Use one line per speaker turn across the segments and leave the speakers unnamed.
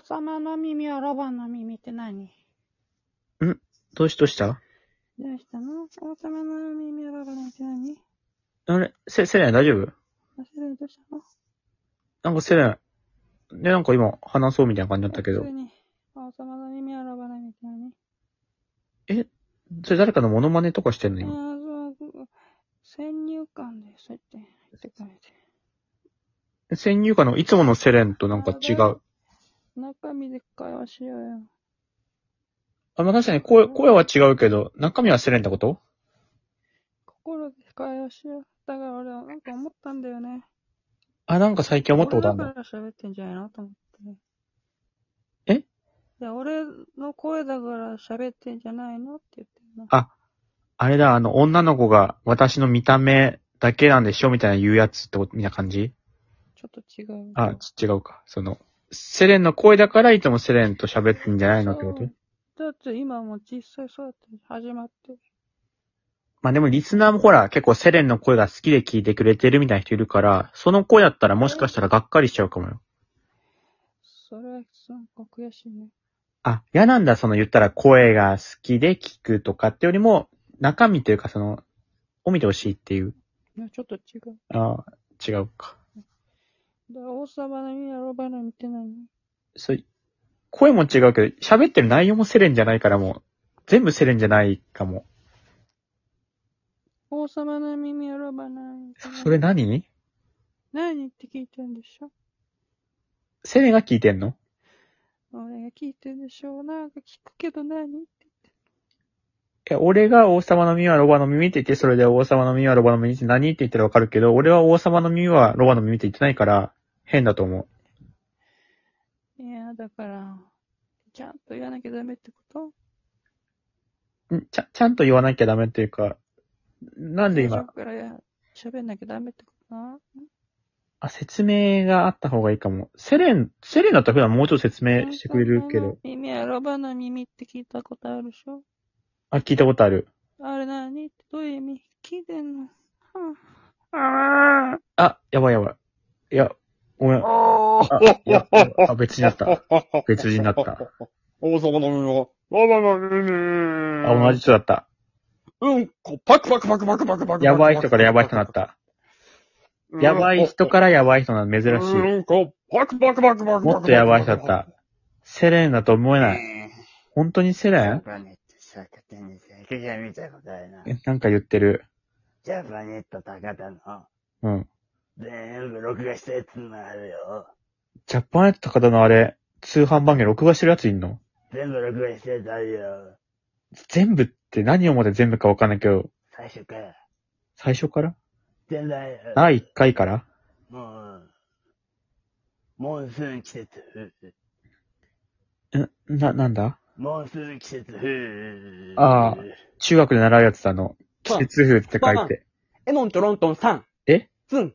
魚の耳はロバの耳って何
どうしどうした
どうしたの王様の耳はロバの耳って何
あれセ、セレン大丈
忘
夫
れるどうしたの
なんかセレン、で、なんか今、話そうみたいな感じだったけど
普通。に王様の耳はロバの耳って何
えそれ誰かのモノマネとかしてんの今。
ああ、そう、先入観で、そうやって入ってかれて。
先入観のいつものセレン となんか違う。
中身で会話しようよ。
あ、まあ、確かに声、声は違うけど、中身はセレンってこと
心で会話しよう。だから俺はなんか思ったんだよね。
あ、なんか最近思ったことある
俺だ
の
から喋ってんじゃないのと思って。
え
いや、俺の声だから喋ってんじゃないのって言ってるの。
あれだ、あの、女の子が私の見た目だけなんでしょみたいな言うやつってこと、みたいな感じ
ちょっと違う。
あ、ち違うか。その、セレンの声だからいつもセレンと喋ってんじゃないのってこと
そうだって今もう実際そうやって始まってる。
まあでもリスナーもほら、結構セレンの声が好きで聞いてくれてるみたいな人いるから、その声だったらもしかしたらがっかりしちゃうかもよ。
それはなんか悔しいね。
あ、嫌なんだ、その言ったら声が好きで聞くとかってよりも、中身というかその、を見てほしいっていう。
いや、ちょっと違う。
あ違うか。
だから王様のミラロバの見てないの
そう、声も違うけど、喋ってる内容もセレンじゃないからもう、全部セレンじゃないかも。
王様の耳はロバの耳って何
それ何
何って聞いてんでしょ
セレンが聞いてんの
俺が聞いてるでしょなんか聞くけど何って。
いや、俺が王様の耳はロバの耳って言って、それで王様の耳はロバの耳って何って言ったらわかるけど、俺は王様の耳はロバの耳って言ってないから、変だと思う。
いや、だから、ちゃんと言わなきゃダメってこと
んちゃ、ちゃんと言わなきゃダメっていうか、なんで
最
今
初、から喋んなきゃダメってことな
あ、説明があった方がいいかも。セレン、セレンだったら普段もうちょっと説明してくれるけ
王様の
ど、
耳はロバの耳って聞いたことあるでしょ
あ、聞いたことある。
あれ何ってどういう意味聞いてんのはあ
あ、やばいやばい。いや、ごめん。あ、
おー
いやあ別人だった。別人だった。
王様の耳は、ロバの耳。
あ、同じ。人だった。
うんこ、パクパクパクパクパクパク。
やばい人からやばい人になっ。た。やばい人からやばい人なの珍しい。
うんこ、パクパクパクパク。
もっとやばい人だった。。セレンだと思えない。本当にセレ
ジャ
ン
パネット坂田の作じゃ見たことあるな。
えなんか言ってる。
ジャパネット高田の
うん。
全部録画したやつもあるよ。
ジャパンエット高田のあれ、通販番組録画してるやついんの
全部録画したやつあるよ。
全部って何をもって全部かわかんないけど、
最初から。
最初から
全部あるよ。
第1回から
もう、モンスーン季節風。
んな、なんだ
モンスーン季節風。
ああ中学で習うやつだあの、季節風って書いて。
エノンとロントンさん。
え
ツン、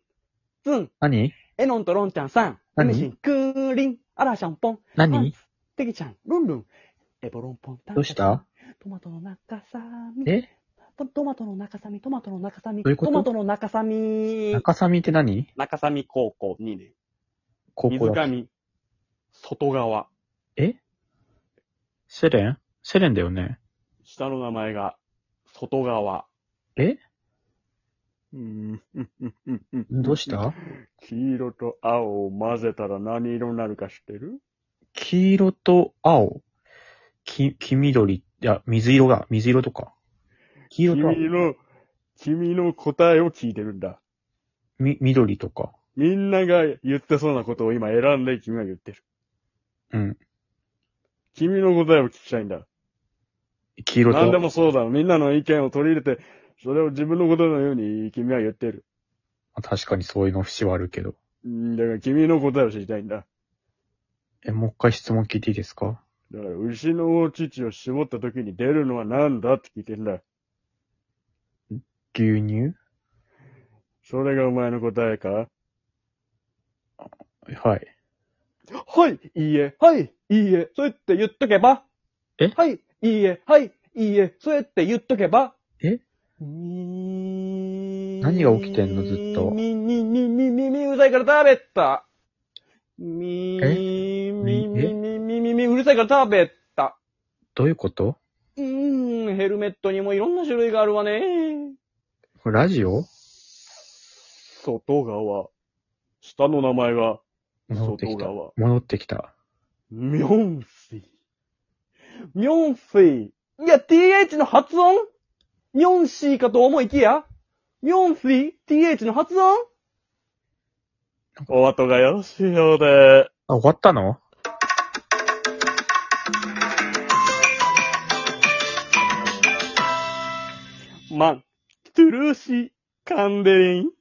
ツン、
何
エノンとロンちゃんさん。
何
イムシンクーリン、アラシャンポン。あ
何
テキちゃん、ルンルン。エボロンポンタン。
どうした
トマトの中さみ。
え
トトマトの中さみ、トマトの中さみ。
どういうこと
トマトの中さみ。
中さみって何
中さみ高校2年。
高校
水
だ。
上、外側。
えセレンセレンだよね。
下の名前が、外側。
え
うーん、うんうんうんうん
どうした
黄色と青を混ぜたら何色になるか知ってる
黄色と青。き、黄緑。いや、水色が、水色とか。黄色と青
君の、君の答えを聞いてるんだ。
み、緑とか。
みんなが言ってそうなことを今選んで君が言ってる。
うん。
君の答えを聞きたいんだ。
黄色
何で
と、
もそうだ。みんなの意見を取り入れて、それを自分のことのように君は言ってる。
確かにそういうの節はあるけど。
うんだから君の答えを知りたいんだ。
え、もう一回質問聞いていいですか
だから、牛のお乳を絞った時に出るのは何だって聞いてんだ。
牛乳
それがお前の答えか
はい。
はい、いいえ、はい、いいえ、そうやって言っとけば。
え
はい、いいえ、はい、いいえ、そうやって言っとけば。
え何
何
が起きてんのずっと
み、み、み、み、み、み、うざいから食べた。み、
え
み、み、み、み、み、
菜が食べた。
どういうこと
うーん、ヘルメットにもいろんな種類があるわね。
これラジオ
外側。下の名前が、
戻ってきた。
外側。
戻ってきた。
ミョンシー。
ミョンシー。いや、th の発音ミョンシーかと思いきや、ミョンシー、th の発音
お後がよろしいようで。
あ、終わったの
マン、トゥルーシー、カンデリン。